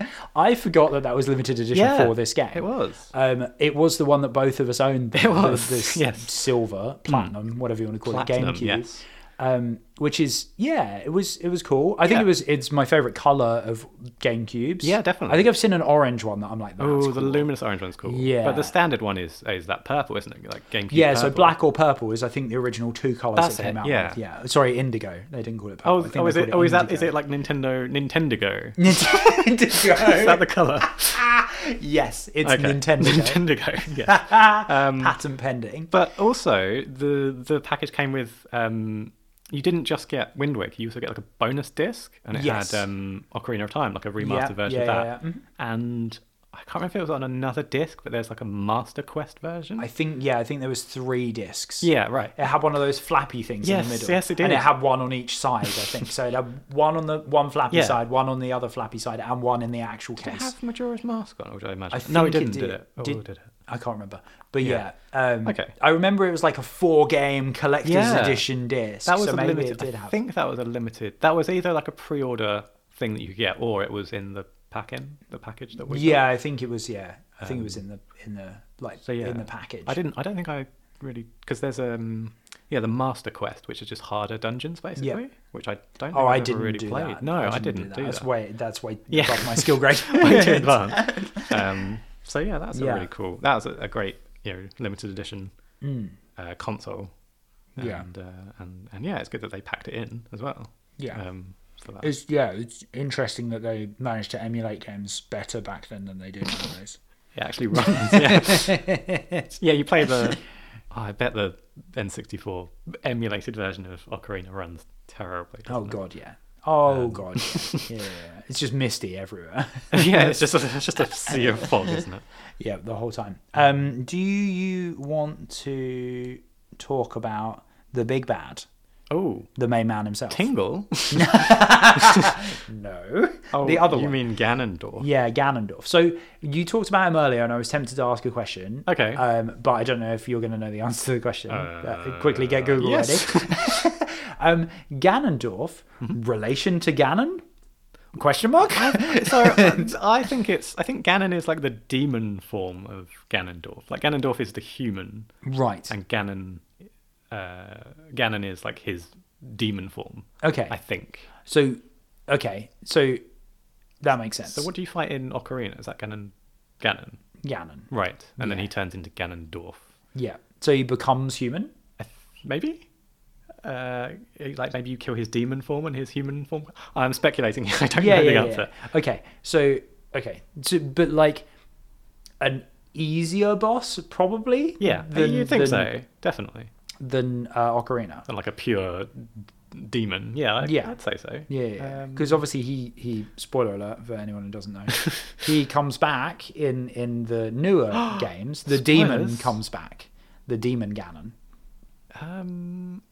Speaker 1: I I forgot that that was limited edition
Speaker 2: Yeah,
Speaker 1: for this game.
Speaker 2: It was.
Speaker 1: Um, it was the one that both of us owned. It
Speaker 2: was,
Speaker 1: this
Speaker 2: yes. Hmm.
Speaker 1: silver, platinum, whatever you want to call
Speaker 2: Platinum,
Speaker 1: it, GameCube.
Speaker 2: yes.
Speaker 1: Um, which is yeah, it was it was cool. I think
Speaker 2: Yeah.
Speaker 1: it was it's my favorite color of GameCubes.
Speaker 2: Yeah, definitely.
Speaker 1: I think I've seen an orange one that I'm like, that's
Speaker 2: Oh,
Speaker 1: cool.
Speaker 2: the luminous orange one's cool.
Speaker 1: Yeah.
Speaker 2: But the standard one is is that purple, isn't it? Like GameCube.
Speaker 1: yeah. So
Speaker 2: purple.
Speaker 1: black or purple is I think the original two colors
Speaker 2: That's
Speaker 1: that came
Speaker 2: it,
Speaker 1: out.
Speaker 2: yeah.
Speaker 1: with. yeah. Sorry, indigo. They didn't call it purple.
Speaker 2: Oh,
Speaker 1: I
Speaker 2: is-
Speaker 1: think
Speaker 2: oh,
Speaker 1: they
Speaker 2: is it?
Speaker 1: called
Speaker 2: Oh, is that? Is
Speaker 1: indigo.
Speaker 2: it like Nintendo? Nintendago.
Speaker 1: Nintendo?
Speaker 2: Is that the color?
Speaker 1: yes, it's
Speaker 2: Okay. Ah, um,
Speaker 1: Nintendo.
Speaker 2: Nintendago. Yeah.
Speaker 1: Patent pending.
Speaker 2: But also, the the package came with. Um, you didn't just get Wind Waker; you also get like a bonus disc, and it
Speaker 1: Yes.
Speaker 2: had um, Ocarina of Time, like a remastered
Speaker 1: Yeah,
Speaker 2: version
Speaker 1: yeah,
Speaker 2: of
Speaker 1: yeah, Mm-hmm.
Speaker 2: that. And I can't remember if it was on another disc, but there's like a Master Quest version.
Speaker 1: I think yeah, I think there was three discs.
Speaker 2: yeah, right.
Speaker 1: It had one of those flappy things in
Speaker 2: Yes,
Speaker 1: the middle.
Speaker 2: yes, it
Speaker 1: And
Speaker 2: did.
Speaker 1: it had one on each side, I think. so it had one on the one flappy
Speaker 2: Yeah.
Speaker 1: side, one on the other flappy side, and one in the actual
Speaker 2: Did
Speaker 1: case.
Speaker 2: it have Majora's Mask on? Or did I imagine?
Speaker 1: I
Speaker 2: it? no, it
Speaker 1: think
Speaker 2: didn't. Did, it? Oh, did, it?
Speaker 1: I can't remember. But
Speaker 2: Yeah.
Speaker 1: yeah, um,
Speaker 2: Okay.
Speaker 1: I remember it was like a four-game collector's
Speaker 2: Yeah.
Speaker 1: edition disc.
Speaker 2: That was
Speaker 1: so
Speaker 2: a
Speaker 1: maybe
Speaker 2: limited.
Speaker 1: it did
Speaker 2: I
Speaker 1: have.
Speaker 2: think that was a limited. That was either like a pre-order thing that you could get, or it was in the pack-in, the package that we. got. Um,
Speaker 1: yeah, I think it was. Yeah, I think it was in the in the like
Speaker 2: yeah.
Speaker 1: in the package.
Speaker 2: I didn't. I don't think I really because there's um yeah the Master Quest which is just harder dungeons basically, which I don't. Think
Speaker 1: Oh, I
Speaker 2: I've ever
Speaker 1: didn't
Speaker 2: really
Speaker 1: do
Speaker 2: played.
Speaker 1: that.
Speaker 2: No, I didn't, do that.
Speaker 1: That's way that's way
Speaker 2: Yeah.
Speaker 1: above my skill grade.
Speaker 2: Way too advanced. Um, so yeah, that's a
Speaker 1: Yeah.
Speaker 2: really cool. That was a, a great you know limited edition uh, console. And,
Speaker 1: Hmm. Yeah.
Speaker 2: uh, and and yeah, it's good that they packed it in as well.
Speaker 1: Yeah.
Speaker 2: Um, for that.
Speaker 1: It's yeah, it's interesting that they managed to emulate games better back then than they do nowadays.
Speaker 2: It actually runs. Yeah. yeah, you play the. oh, I bet the N64 emulated version of Ocarina runs terribly.
Speaker 1: oh
Speaker 2: doesn't it?
Speaker 1: god, yeah. Oh god, yeah. yeah, yeah, yeah. It's just misty everywhere.
Speaker 2: yeah, it's just a, it's just a sea of fog, isn't it?
Speaker 1: yeah, the whole time. Um, do you want to talk about the big bad,
Speaker 2: Oh,
Speaker 1: the main man himself?
Speaker 2: Tingle.
Speaker 1: No,
Speaker 2: Oh,
Speaker 1: the other
Speaker 2: You
Speaker 1: one.
Speaker 2: mean Ganondorf?
Speaker 1: yeah, Ganondorf. So you talked about him earlier, and I was tempted to ask a question.
Speaker 2: Okay.
Speaker 1: Um, but I don't know if you're going to know the answer to the question. Uh, quickly get Google
Speaker 2: yes. Mm-hmm.
Speaker 1: ready. um, Ganondorf, relation to Ganon? Question mark?
Speaker 2: so uh, I think it's I think Ganon is like the demon form of Ganondorf. Like Ganondorf is the human,
Speaker 1: right.
Speaker 2: and Ganon, uh, Ganon is like his demon form.
Speaker 1: Okay.
Speaker 2: I think.
Speaker 1: So, okay. So that makes sense.
Speaker 2: So what do you fight in Ocarina? Is that Ganon? Ganon.
Speaker 1: Ganon.
Speaker 2: Right. And then he turns into Ganondorf.
Speaker 1: Yeah. So he becomes human?
Speaker 2: I th- Maybe? Uh, like maybe you kill his demon form and his human form. I'm speculating. I don't
Speaker 1: Yeah,
Speaker 2: know
Speaker 1: yeah,
Speaker 2: the
Speaker 1: yeah.
Speaker 2: answer.
Speaker 1: Okay. So, okay. So, but like an easier boss, probably?
Speaker 2: Yeah,
Speaker 1: than-
Speaker 2: you think
Speaker 1: than-
Speaker 2: so? Definitely.
Speaker 1: Than uh, Ocarina.
Speaker 2: And like a pure demon. Yeah, I,
Speaker 1: Yeah.
Speaker 2: I'd say so.
Speaker 1: Yeah, yeah.
Speaker 2: Um,
Speaker 1: Because obviously he he spoiler alert for anyone who doesn't know, he comes back in in the newer games. The demon
Speaker 2: Spoilers.
Speaker 1: comes back. The demon Ganon.
Speaker 2: Um,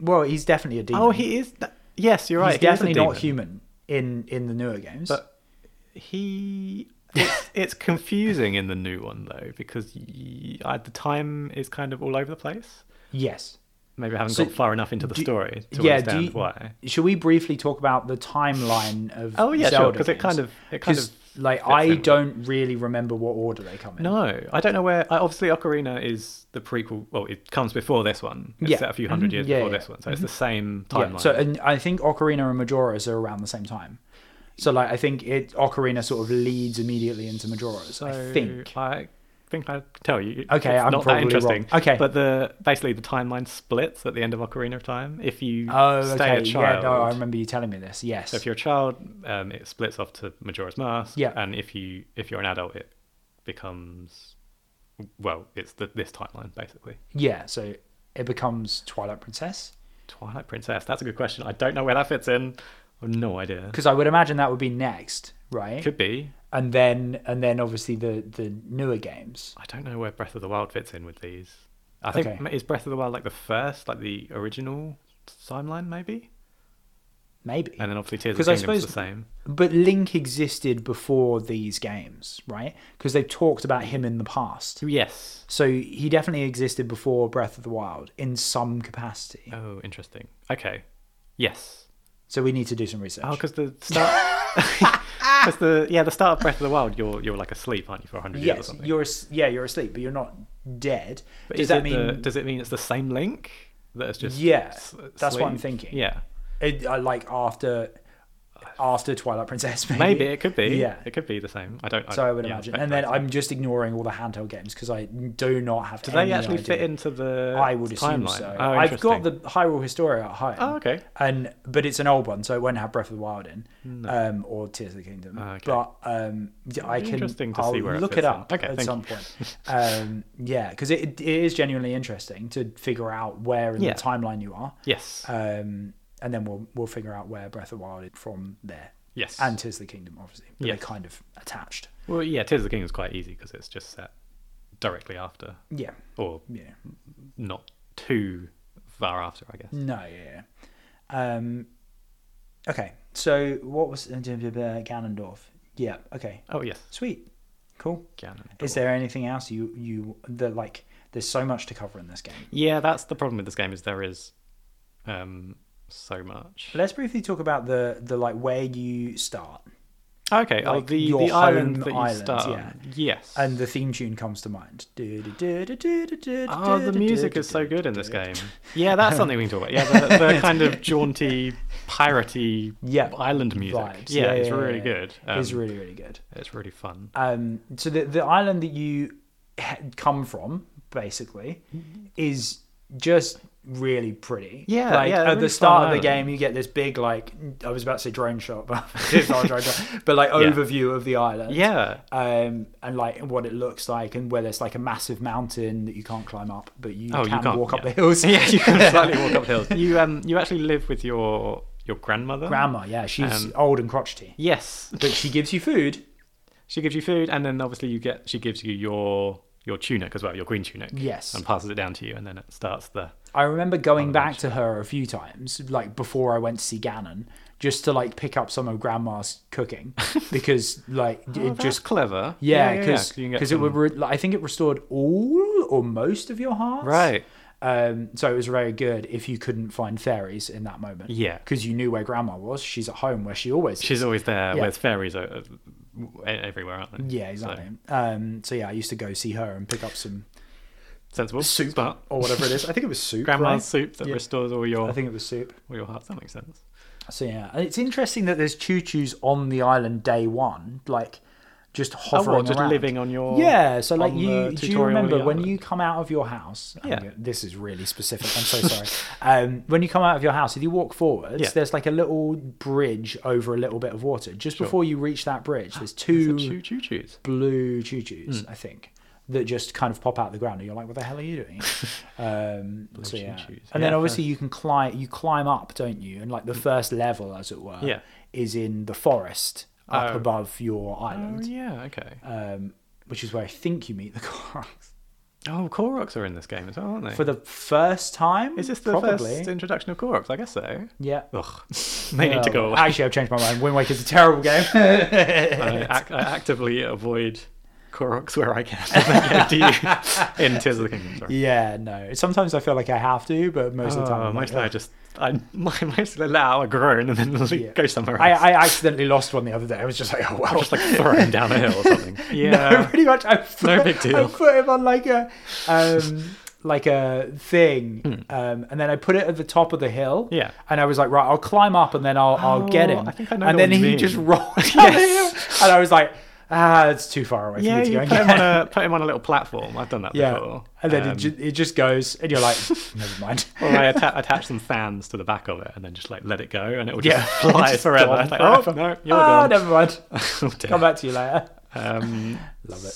Speaker 1: Well, he's definitely a demon.
Speaker 2: oh, he is. th- yes, you're
Speaker 1: he's
Speaker 2: right. he is a
Speaker 1: definitely not
Speaker 2: demon.
Speaker 1: human in in the newer games.
Speaker 2: But he. It's, it's confusing in the new one though because y at the time is kind of all over the place.
Speaker 1: yes.
Speaker 2: Maybe I haven't
Speaker 1: So
Speaker 2: got far enough into the
Speaker 1: do-
Speaker 2: story to
Speaker 1: yeah, do
Speaker 2: understand
Speaker 1: you-
Speaker 2: why.
Speaker 1: Should we briefly talk about the timeline of
Speaker 2: Oh, yeah, sure,
Speaker 1: Zelda
Speaker 2: 'cause it
Speaker 1: games?
Speaker 2: kind of- it kind
Speaker 1: 'Cause,
Speaker 2: of
Speaker 1: like
Speaker 2: fits in
Speaker 1: I
Speaker 2: with it.
Speaker 1: don't really remember what order they come in.
Speaker 2: No, I don't know where. I, obviously, Ocarina is the prequel. Well, it comes before this one. It's
Speaker 1: Yeah.
Speaker 2: set a few 100
Speaker 1: Mhm.
Speaker 2: years
Speaker 1: Yeah,
Speaker 2: before
Speaker 1: yeah,
Speaker 2: this one, so it's the same
Speaker 1: Yeah,
Speaker 2: timeline.
Speaker 1: so and I think Ocarina and Majora's are around the same time. So like I think it Ocarina sort of leads immediately into Majora's. I
Speaker 2: So
Speaker 1: think.
Speaker 2: I think I tell you.
Speaker 1: Okay,
Speaker 2: it's
Speaker 1: I'm
Speaker 2: not
Speaker 1: probably
Speaker 2: that interesting.
Speaker 1: wrong. Okay.
Speaker 2: but the basically the timeline splits at the end of Ocarina of Time. If you
Speaker 1: Oh,
Speaker 2: stay
Speaker 1: okay.
Speaker 2: a
Speaker 1: Yeah,
Speaker 2: child,
Speaker 1: no, I remember you telling me this. Yes.
Speaker 2: so if you're a child, um, it splits off to Majora's Mask.
Speaker 1: Yeah.
Speaker 2: and if you if you're an adult, it becomes well, it's the, this timeline basically.
Speaker 1: yeah. So it becomes Twilight Princess
Speaker 2: Twilight Princess. That's a good question. I don't know where that fits in. I've no idea.
Speaker 1: because I would imagine that would be next, right?
Speaker 2: Could be.
Speaker 1: And then and then obviously the the newer games.
Speaker 2: I don't know where Breath of the Wild fits in with these. I think
Speaker 1: Okay.
Speaker 2: m is Breath of the Wild like the first, like the original timeline, maybe,
Speaker 1: Maybe.
Speaker 2: and then obviously Tears of
Speaker 1: 'Cause I
Speaker 2: the Kingdom is the
Speaker 1: suppose-
Speaker 2: same.
Speaker 1: But Link existed before these games, right? Because they've talked about him in the past.
Speaker 2: Yes.
Speaker 1: So he definitely existed before Breath of the Wild in some capacity.
Speaker 2: Oh, interesting. Okay. Yes.
Speaker 1: So we need to do some research.
Speaker 2: Oh, because the start. Because the yeah, the start of Breath of the Wild, you're you're like asleep, aren't you, for hundred years or
Speaker 1: yes,
Speaker 2: something?
Speaker 1: you're as- yeah, you're asleep, but you're not dead.
Speaker 2: But
Speaker 1: Does
Speaker 2: is
Speaker 1: that
Speaker 2: it the-
Speaker 1: mean
Speaker 2: does it mean it's the same link that is just
Speaker 1: Yeah,
Speaker 2: s-
Speaker 1: that's what I'm
Speaker 2: asleep?
Speaker 1: thinking.
Speaker 2: Yeah.
Speaker 1: it, uh, like after after Twilight Princess? Maybe,
Speaker 2: Maybe it could be.
Speaker 1: Yeah.
Speaker 2: It could be the same. I don't.
Speaker 1: So I would
Speaker 2: yeah,
Speaker 1: imagine.
Speaker 2: don't
Speaker 1: And then
Speaker 2: know.
Speaker 1: I'm just ignoring all the handheld games because I do not have.
Speaker 2: Do they
Speaker 1: any
Speaker 2: actually
Speaker 1: idea.
Speaker 2: fit into the
Speaker 1: I would assume
Speaker 2: timeline?
Speaker 1: so.
Speaker 2: Oh,
Speaker 1: I've got
Speaker 2: interesting.
Speaker 1: the Hyrule Historia at home.
Speaker 2: Oh, okay.
Speaker 1: And but it's an old one, so it won't have Breath of the Wild in, um, or Tears of the Kingdom.
Speaker 2: Ah, okay.
Speaker 1: But um, d- I
Speaker 2: be
Speaker 1: can
Speaker 2: interesting to
Speaker 1: I'll
Speaker 2: see where it
Speaker 1: look it
Speaker 2: fits in.
Speaker 1: up
Speaker 2: Okay,
Speaker 1: at
Speaker 2: thank
Speaker 1: some
Speaker 2: you.
Speaker 1: point. Um, yeah, because it, it is genuinely interesting to figure out where in
Speaker 2: Yeah.
Speaker 1: the timeline you are,
Speaker 2: Yes.
Speaker 1: um, and then we'll we'll figure out where Breath of the Wild is from there,
Speaker 2: yes.
Speaker 1: and Tears of the Kingdom obviously. But
Speaker 2: Yes.
Speaker 1: They're kind of attached.
Speaker 2: well, yeah, Tears of the Kingdom is quite easy because it's just set directly after,
Speaker 1: Yeah,
Speaker 2: or
Speaker 1: yeah.
Speaker 2: not too far after, I guess.
Speaker 1: No, yeah. yeah. Um, okay, so what was uh, Ganondorf? Yeah. Okay.
Speaker 2: Oh yes,
Speaker 1: Sweet. Cool.
Speaker 2: Ganondorf.
Speaker 1: Is there anything else you you that like? There's so much to cover in this game.
Speaker 2: Yeah, that's the problem with this game is there is um, so much.
Speaker 1: Let's briefly talk about the the like where you start,
Speaker 2: Okay, oh,
Speaker 1: like,
Speaker 2: the
Speaker 1: your
Speaker 2: the island
Speaker 1: home
Speaker 2: that you
Speaker 1: island,
Speaker 2: start. on.
Speaker 1: yeah.
Speaker 2: Yes.
Speaker 1: and the theme tune comes to mind.
Speaker 2: Oh,
Speaker 1: Oh,
Speaker 2: the music is so good in this game. Yeah, that's something we can talk about. Yeah, the, the kind of jaunty, piratey
Speaker 1: Yeah,
Speaker 2: island music.
Speaker 1: vibes.
Speaker 2: Yeah,
Speaker 1: Yeah,
Speaker 2: it's
Speaker 1: yeah,
Speaker 2: really
Speaker 1: yeah.
Speaker 2: good. Um,
Speaker 1: It's really really good.
Speaker 2: it's really fun.
Speaker 1: Um, so the the island that you had come from basically is just really pretty.
Speaker 2: Mm-hmm. Yeah,
Speaker 1: like
Speaker 2: yeah,
Speaker 1: at
Speaker 2: really
Speaker 1: the start of
Speaker 2: fun
Speaker 1: the
Speaker 2: island.
Speaker 1: game, you get this big like I was about to say drone shot, but it's not a drone shot, but like
Speaker 2: Yeah.
Speaker 1: overview of the island.
Speaker 2: Yeah,
Speaker 1: Um, and like what it looks like, and where there's like a massive mountain that you can't climb up, but you
Speaker 2: Oh, you
Speaker 1: can
Speaker 2: can't,
Speaker 1: walk up
Speaker 2: yeah.
Speaker 1: the hills.
Speaker 2: yeah, you can slightly walk up hills. You um, you actually live with your your grandmother.
Speaker 1: Grandma, yeah, she's
Speaker 2: Um,
Speaker 1: old and crotchety,
Speaker 2: yes,
Speaker 1: but she gives you food.
Speaker 2: she gives you food, and then obviously you get she gives you your your tunic as well, your green tunic.
Speaker 1: Yes.
Speaker 2: and passes it down to you, and then it starts the.
Speaker 1: I remember going back to her a few times, like before I went to see Ganon, just to like pick up some of Grandma's cooking because like
Speaker 2: Oh,
Speaker 1: it
Speaker 2: that's
Speaker 1: just
Speaker 2: clever.
Speaker 1: yeah because
Speaker 2: 'cause you can get
Speaker 1: because it would
Speaker 2: some-
Speaker 1: re- like, I think it restored all or most of your hearts
Speaker 2: right.
Speaker 1: um so it was very good if you couldn't find fairies in that moment
Speaker 2: Yeah.
Speaker 1: because you knew where Grandma was she's at home where she always is.
Speaker 2: She's always there.
Speaker 1: Yeah.
Speaker 2: Whereas fairies are uh, w- everywhere, aren't they?
Speaker 1: yeah exactly um so yeah I used to go see her and pick up some
Speaker 2: Sensible.
Speaker 1: soup
Speaker 2: But
Speaker 1: or whatever it is I think it was soup
Speaker 2: grandma's
Speaker 1: right?
Speaker 2: soup that
Speaker 1: Yeah.
Speaker 2: restores all your
Speaker 1: I think it was soup
Speaker 2: all your hearts. That makes sense.
Speaker 1: So yeah, and it's interesting that there's choo choos on the island day one, like just hovering
Speaker 2: oh, what, just
Speaker 1: around.
Speaker 2: living on your
Speaker 1: yeah, so like
Speaker 2: on
Speaker 1: you,
Speaker 2: the
Speaker 1: do you
Speaker 2: tutorial
Speaker 1: remember
Speaker 2: on the
Speaker 1: when
Speaker 2: island.
Speaker 1: you come out of your house? I'm
Speaker 2: Yeah.
Speaker 1: go- this is really specific. I'm so sorry. um, when you come out of your house, if you walk forwards,
Speaker 2: Yeah.
Speaker 1: there's like a little bridge over a little bit of water. Just before you reach that bridge, there's
Speaker 2: Is it
Speaker 1: two
Speaker 2: choo choo choos? Hmm.
Speaker 1: blue choo choos, I think, that just kind of pop out of the ground, and you're like, "What the hell are you doing?" Um, so
Speaker 2: Blazing
Speaker 1: yeah,
Speaker 2: shoes.
Speaker 1: and then
Speaker 2: Yeah, Hmm.
Speaker 1: obviously you can climb, you climb up, don't you? And like the first level, as it were,
Speaker 2: Yeah.
Speaker 1: is in the forest up
Speaker 2: Oh.
Speaker 1: above your
Speaker 2: Oh
Speaker 1: island,
Speaker 2: yeah, okay.
Speaker 1: um, which is where I think you meet the Koroks
Speaker 2: Oh, Koroks are in this game as well, aren't they?
Speaker 1: for the first time.
Speaker 2: Is this the
Speaker 1: Probably.
Speaker 2: first introduction of Koroks? I guess so.
Speaker 1: Yeah.
Speaker 2: Ugh, they need to
Speaker 1: Oh,
Speaker 2: go away.
Speaker 1: Actually, I've changed my mind. Wind Waker is a terrible game.
Speaker 2: I, ac- I actively avoid Koroks where I can. Thank you, do you? in Tears of the Kingdom. Sorry. Uh,
Speaker 1: yeah, no. Sometimes I feel like I have to, but most of the time,
Speaker 2: Oh,
Speaker 1: I'm like,
Speaker 2: mostly I
Speaker 1: "Ugh."
Speaker 2: just I mostly allow a groan and then
Speaker 1: Yeah.
Speaker 2: go somewhere else.
Speaker 1: I, I accidentally lost one the other day. I was just like, oh well.
Speaker 2: just like thrown down a hill or something. Yeah.
Speaker 1: No, pretty much. I put,
Speaker 2: No big
Speaker 1: I
Speaker 2: deal.
Speaker 1: put him on like a, um, like a thing, um, and then I put it at the top of the hill.
Speaker 2: Hmm. Yeah.
Speaker 1: And I was like, right, I'll climb up, and then I'll I'll get
Speaker 2: Oh,
Speaker 1: him.
Speaker 2: I think I know
Speaker 1: and
Speaker 2: what
Speaker 1: then
Speaker 2: you
Speaker 1: he
Speaker 2: mean.
Speaker 1: just rolled. Yes.
Speaker 2: Yes.
Speaker 1: and I was like, ah, it's too far away
Speaker 2: Yeah,
Speaker 1: for me to
Speaker 2: you
Speaker 1: go
Speaker 2: put
Speaker 1: and
Speaker 2: him,
Speaker 1: get
Speaker 2: on
Speaker 1: him.
Speaker 2: a, put him on a little platform. I've done that
Speaker 1: Yeah.
Speaker 2: before.
Speaker 1: And then
Speaker 2: Um,
Speaker 1: it, ju- it just goes, and you're like, never mind.
Speaker 2: or I atta- attach some fans to the back of it and then just like let it go and it will just
Speaker 1: Yeah.
Speaker 2: fly
Speaker 1: Just
Speaker 2: forever.
Speaker 1: gone
Speaker 2: It's like, oh
Speaker 1: forever.
Speaker 2: no, you're
Speaker 1: Ah,
Speaker 2: gone.
Speaker 1: never mind.
Speaker 2: Oh, dear.
Speaker 1: Come back to you later.
Speaker 2: Um,
Speaker 1: Love it.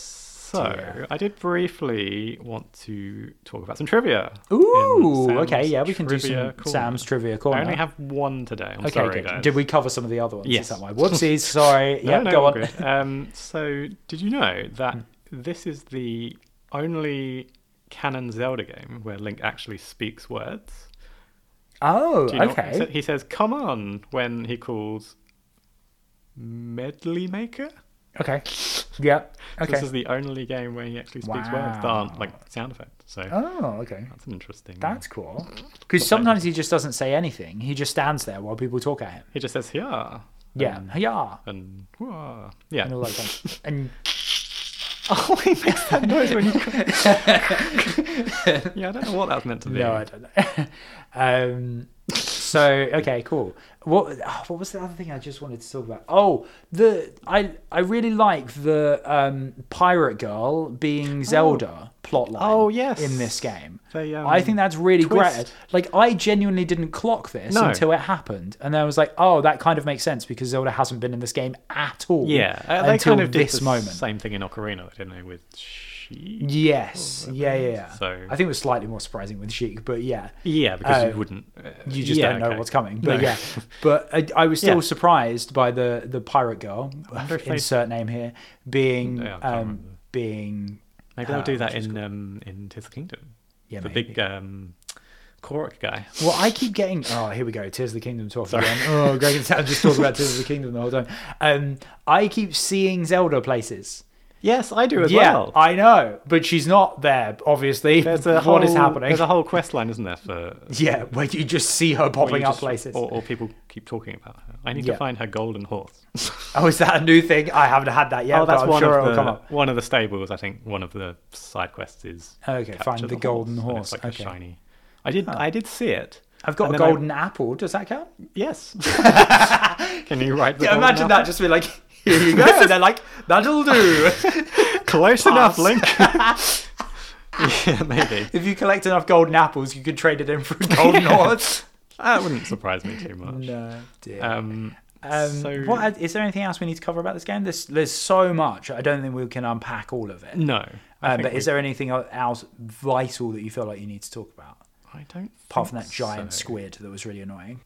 Speaker 2: So
Speaker 1: Yeah.
Speaker 2: I did briefly want to talk about some trivia. in
Speaker 1: Ooh,
Speaker 2: Sam's
Speaker 1: okay, yeah, we can do some
Speaker 2: trivia corner.
Speaker 1: Sam's trivia
Speaker 2: I
Speaker 1: corner.
Speaker 2: only have one today. I'm
Speaker 1: okay,
Speaker 2: sorry,
Speaker 1: good.
Speaker 2: guys.
Speaker 1: Did we cover some of the other ones?
Speaker 2: Yes.
Speaker 1: Is that why? Whoopsies, sorry.
Speaker 2: No,
Speaker 1: yep,
Speaker 2: no,
Speaker 1: go on.
Speaker 2: all
Speaker 1: Hmm.
Speaker 2: good. Um, so did you know that this is the only canon Zelda game where Link actually speaks words?
Speaker 1: Oh,
Speaker 2: Do you know what-
Speaker 1: okay.
Speaker 2: so he says, "Come on," when he calls Medley Maker.
Speaker 1: Okay. Yep. Okay.
Speaker 2: This is the only game where he actually speaks words that aren't like sound effects. So
Speaker 1: oh, okay.
Speaker 2: that's an interesting.
Speaker 1: That's cool. Because sometimes he just doesn't say anything. He just stands there while people talk at him.
Speaker 2: He just says "yeah"
Speaker 1: Yeah.
Speaker 2: Um,
Speaker 1: yeah.
Speaker 2: and "wah." yeah.
Speaker 1: And all that kind of- And
Speaker 2: oh, he makes that noise when you. yeah, I don't know what that's meant to be.
Speaker 1: no, I don't know. um, so okay, cool. What ah, what was the other thing I just wanted to talk about? Oh, the I I really like the um, pirate girl being Zelda plotline.
Speaker 2: Oh, yes.
Speaker 1: in this game.
Speaker 2: They, um,
Speaker 1: I think that's really great.
Speaker 2: twist.
Speaker 1: Like I genuinely didn't clock this
Speaker 2: No.
Speaker 1: until it happened, and then I was like, "Oh, that kind of makes sense because Zelda hasn't been in this game at all."
Speaker 2: Yeah, uh, they
Speaker 1: until
Speaker 2: kind of did
Speaker 1: this
Speaker 2: the
Speaker 1: moment.
Speaker 2: same thing in Ocarina, didn't they? With she.
Speaker 1: Yes, yeah, yeah, yeah.
Speaker 2: Oh, So-
Speaker 1: I think it was slightly more surprising with Sheik, but yeah,
Speaker 2: Yeah, because
Speaker 1: Uh,
Speaker 2: you wouldn't. Uh,
Speaker 1: you just
Speaker 2: yeah,
Speaker 1: don't know
Speaker 2: okay.
Speaker 1: what's coming.
Speaker 2: No.
Speaker 1: But yeah, but I, I was still
Speaker 2: Yeah.
Speaker 1: surprised by the the pirate girl
Speaker 2: wonder if they-
Speaker 1: insert name here being
Speaker 2: Yeah, I can't remember.
Speaker 1: um, being
Speaker 2: Maybe they'll
Speaker 1: Uh,
Speaker 2: do that in um, in Tears of the Kingdom.
Speaker 1: Yeah,
Speaker 2: the
Speaker 1: maybe.
Speaker 2: big um, Korok guy.
Speaker 1: Well, I keep getting. Oh, here we go. Tears of the Kingdom talk again. Oh, Greg and Sam just talk about Tears of the Kingdom the whole time. Um, I keep seeing Zelda places.
Speaker 2: Yes, I do as
Speaker 1: yeah,
Speaker 2: well.
Speaker 1: I know, but she's not there. Obviously,
Speaker 2: there's a
Speaker 1: what
Speaker 2: whole,
Speaker 1: is happening?
Speaker 2: There's a whole quest line, isn't there, for
Speaker 1: Yeah, where you just see her
Speaker 2: where
Speaker 1: popping
Speaker 2: you
Speaker 1: up
Speaker 2: just-
Speaker 1: places.
Speaker 2: or, or people keep talking about her. I need
Speaker 1: Yeah.
Speaker 2: to find her golden horse.
Speaker 1: Oh, is that a new thing? I haven't had that yet.
Speaker 2: oh, that's
Speaker 1: but I'm
Speaker 2: one
Speaker 1: sure
Speaker 2: of
Speaker 1: it'll
Speaker 2: the
Speaker 1: come up.
Speaker 2: one of the stables. I think one of the side quests is
Speaker 1: Okay,
Speaker 2: capture
Speaker 1: find the golden
Speaker 2: and
Speaker 1: horse,
Speaker 2: It's like
Speaker 1: okay.
Speaker 2: a shiny. I did. I did see it.
Speaker 1: I've got
Speaker 2: and
Speaker 1: a
Speaker 2: then I-
Speaker 1: golden apple. Does that count?
Speaker 2: yes. Can you write? The
Speaker 1: Yeah,
Speaker 2: golden
Speaker 1: imagine
Speaker 2: apple?
Speaker 1: that. Just be like, here you go. and they're like, that'll do.
Speaker 2: Close
Speaker 1: Pass.
Speaker 2: enough, Link. yeah, maybe.
Speaker 1: if you collect enough golden apples, you could trade it in for a golden horse.
Speaker 2: That wouldn't surprise me too much.
Speaker 1: No, dear.
Speaker 2: Um,
Speaker 1: Um,
Speaker 2: so-
Speaker 1: what is there anything else we need to cover about this game? There's there's so much. I don't think we can unpack all of it.
Speaker 2: no. I
Speaker 1: Uh,
Speaker 2: think
Speaker 1: but
Speaker 2: we-
Speaker 1: is there anything el- else vital that you feel like you need to talk about,
Speaker 2: I don't.
Speaker 1: apart from
Speaker 2: think
Speaker 1: that giant
Speaker 2: so.
Speaker 1: squid that was really annoying?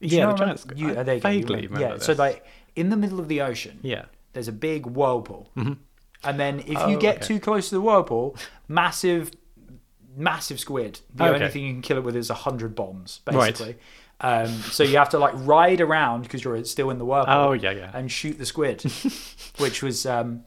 Speaker 1: Do you
Speaker 2: Yeah,
Speaker 1: know
Speaker 2: the
Speaker 1: what I
Speaker 2: giant squid.
Speaker 1: mean? You,
Speaker 2: I
Speaker 1: uh, there you go, you
Speaker 2: vaguely
Speaker 1: remember.
Speaker 2: remember.
Speaker 1: yeah.
Speaker 2: this.
Speaker 1: So like in the middle of the ocean,
Speaker 2: Yeah.
Speaker 1: there's a big whirlpool, and then if you
Speaker 2: Mm-hmm. Oh,
Speaker 1: get
Speaker 2: okay.
Speaker 1: too close to the whirlpool, massive, massive squid. The
Speaker 2: Okay.
Speaker 1: only thing you can kill it with is a hundred bombs,
Speaker 2: Right.
Speaker 1: basically. Um, so you have to like ride around because you're still in the whirlpool
Speaker 2: Oh yeah, yeah.
Speaker 1: and shoot the squid, which was um,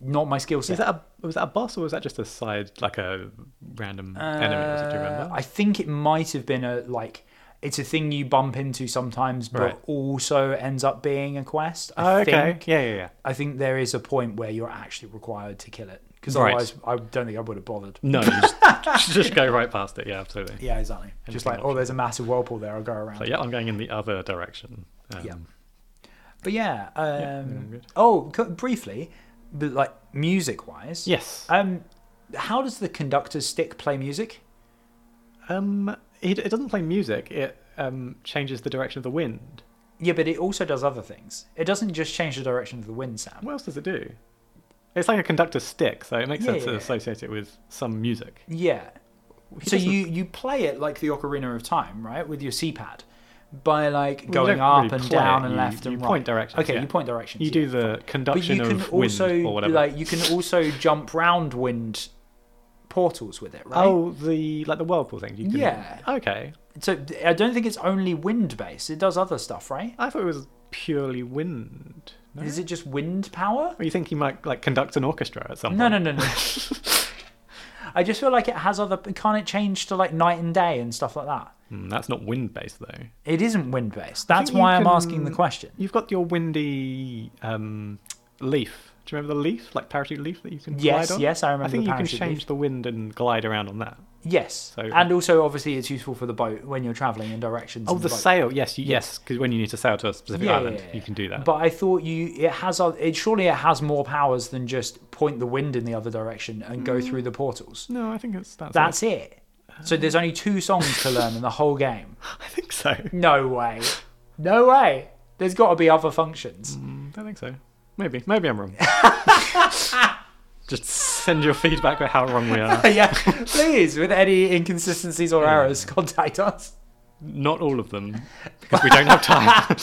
Speaker 1: not my skill set.
Speaker 2: Is that a was that a boss or was that just a side like a random enemy? or something, Do you
Speaker 1: Uh,
Speaker 2: remember?
Speaker 1: I think it might have been a like. It's a thing you bump into sometimes, but
Speaker 2: Right.
Speaker 1: also ends up being a quest. I
Speaker 2: oh, okay.
Speaker 1: think.
Speaker 2: Yeah, yeah, yeah.
Speaker 1: I think there is a point where you're actually required to kill it because
Speaker 2: Right.
Speaker 1: otherwise, I don't think I would have bothered.
Speaker 2: No, you just, just go right past it. Yeah, absolutely.
Speaker 1: Yeah, exactly. Just
Speaker 2: Anything
Speaker 1: like, oh, there's a massive whirlpool there. I'll go around.
Speaker 2: So yeah, I'm going in the other direction. Um,
Speaker 1: Yeah. But yeah, um,
Speaker 2: I'm good.
Speaker 1: oh, c- briefly, but like music-wise,
Speaker 2: Yes.
Speaker 1: Um, how does the conductor's stick play music?
Speaker 2: Um, it, it doesn't play music. It um changes the direction of the wind.
Speaker 1: Yeah, but it also does other things. It doesn't just change the direction of the wind, Sam.
Speaker 2: What else does it do? It's like a conductor stick, so it makes
Speaker 1: Yeah,
Speaker 2: sense
Speaker 1: yeah,
Speaker 2: to
Speaker 1: yeah.
Speaker 2: associate it with some music.
Speaker 1: Yeah.
Speaker 2: He
Speaker 1: So
Speaker 2: doesn't-
Speaker 1: you you play it like the Ocarina of Time, right, with your C pad, by like
Speaker 2: Well, you
Speaker 1: going
Speaker 2: don't
Speaker 1: up
Speaker 2: really
Speaker 1: and
Speaker 2: play
Speaker 1: down
Speaker 2: it,
Speaker 1: and
Speaker 2: you-
Speaker 1: left
Speaker 2: you
Speaker 1: and right.
Speaker 2: point directions,
Speaker 1: Okay,
Speaker 2: yeah.
Speaker 1: you point directions.
Speaker 2: You
Speaker 1: yeah.
Speaker 2: do the
Speaker 1: But you
Speaker 2: conduction
Speaker 1: can
Speaker 2: of wind
Speaker 1: also
Speaker 2: or whatever.
Speaker 1: like you can also jump round wind portals with it, right?
Speaker 2: Oh, the like the whirlpool thing. You can,
Speaker 1: Yeah.
Speaker 2: Okay.
Speaker 1: So I don't think it's only wind based. It does other stuff, right?
Speaker 2: I thought it was purely wind. No?
Speaker 1: Is it just wind power?
Speaker 2: Or you think he might like conduct an orchestra at some
Speaker 1: No,
Speaker 2: point?
Speaker 1: no, no, no. I just feel like it has other. Can't it change to like night and day and stuff like that?
Speaker 2: Mm, that's not wind based though.
Speaker 1: It isn't wind based. That's
Speaker 2: think you
Speaker 1: why I'm asking the
Speaker 2: can-
Speaker 1: question.
Speaker 2: You've got your windy um, leaf. Do you remember the leaf, like parachute leaf that you can
Speaker 1: Yes,
Speaker 2: glide on?
Speaker 1: yes, I
Speaker 2: I
Speaker 1: remember.
Speaker 2: think
Speaker 1: the
Speaker 2: you can
Speaker 1: parachute
Speaker 2: change
Speaker 1: leaf.
Speaker 2: the wind and glide around on that.
Speaker 1: Yes,
Speaker 2: So-
Speaker 1: and also obviously it's useful for the boat when you're traveling in directions.
Speaker 2: Oh,
Speaker 1: in
Speaker 2: the
Speaker 1: boat.
Speaker 2: sail. Yes, you, yes. Because when you need to sail to a specific
Speaker 1: Yeah, yeah,
Speaker 2: island,
Speaker 1: yeah,
Speaker 2: you
Speaker 1: yeah.
Speaker 2: can do that.
Speaker 1: But I thought you it has oth- it surely it has more powers than just point the wind in the other direction and go through the portals.
Speaker 2: no, I think it's that's.
Speaker 1: That's it. So there's only two songs to learn in the whole game.
Speaker 2: it. I think so. I
Speaker 1: No way. No way. There's got to be other functions.
Speaker 2: don't think so. Maybe, maybe I'm wrong. Just send your feedback about how wrong we are.
Speaker 1: yeah, please, with any inconsistencies or errors, contact us.
Speaker 2: Not all of them, because we don't have time.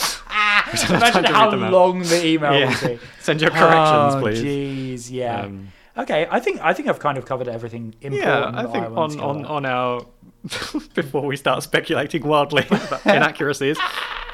Speaker 1: Imagine
Speaker 2: to read
Speaker 1: how
Speaker 2: them out.
Speaker 1: long the email
Speaker 2: Yeah.
Speaker 1: would be.
Speaker 2: send your corrections,
Speaker 1: Oh,
Speaker 2: please.
Speaker 1: Jeez, yeah.
Speaker 2: Um,
Speaker 1: okay, I think I think I've kind of covered everything important.
Speaker 2: Yeah, I
Speaker 1: that
Speaker 2: think
Speaker 1: wanted
Speaker 2: on,
Speaker 1: to
Speaker 2: on,
Speaker 1: cover.
Speaker 2: on our before we start speculating wildly about inaccuracies,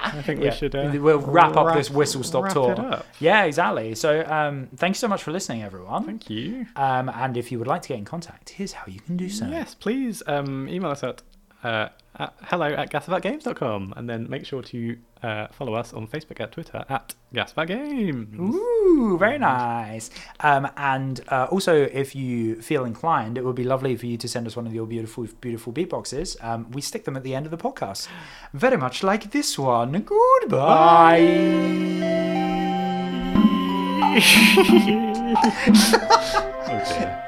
Speaker 2: I think
Speaker 1: Yeah.
Speaker 2: we should uh,
Speaker 1: we'll wrap up this
Speaker 2: wrap-
Speaker 1: whistle stop
Speaker 2: wrap
Speaker 1: tour.
Speaker 2: It up.
Speaker 1: Yeah, exactly. So um, thank you so much for listening, everyone.
Speaker 2: Thank you.
Speaker 1: Um, and if you would like to get in contact, here's how you can do so.
Speaker 2: Yes, please um, email us at, uh, at hello at gasaboutgames.com and then make sure to uh, follow us on Facebook at Twitter at gasaboutgames.
Speaker 1: Ooh, very nice. Um, and uh, also, if you feel inclined, it would be lovely for you to send us one of your beautiful, beautiful beatboxes. Um, we stick them at the end of the podcast, very much like this one. Goodbye.
Speaker 2: Okay.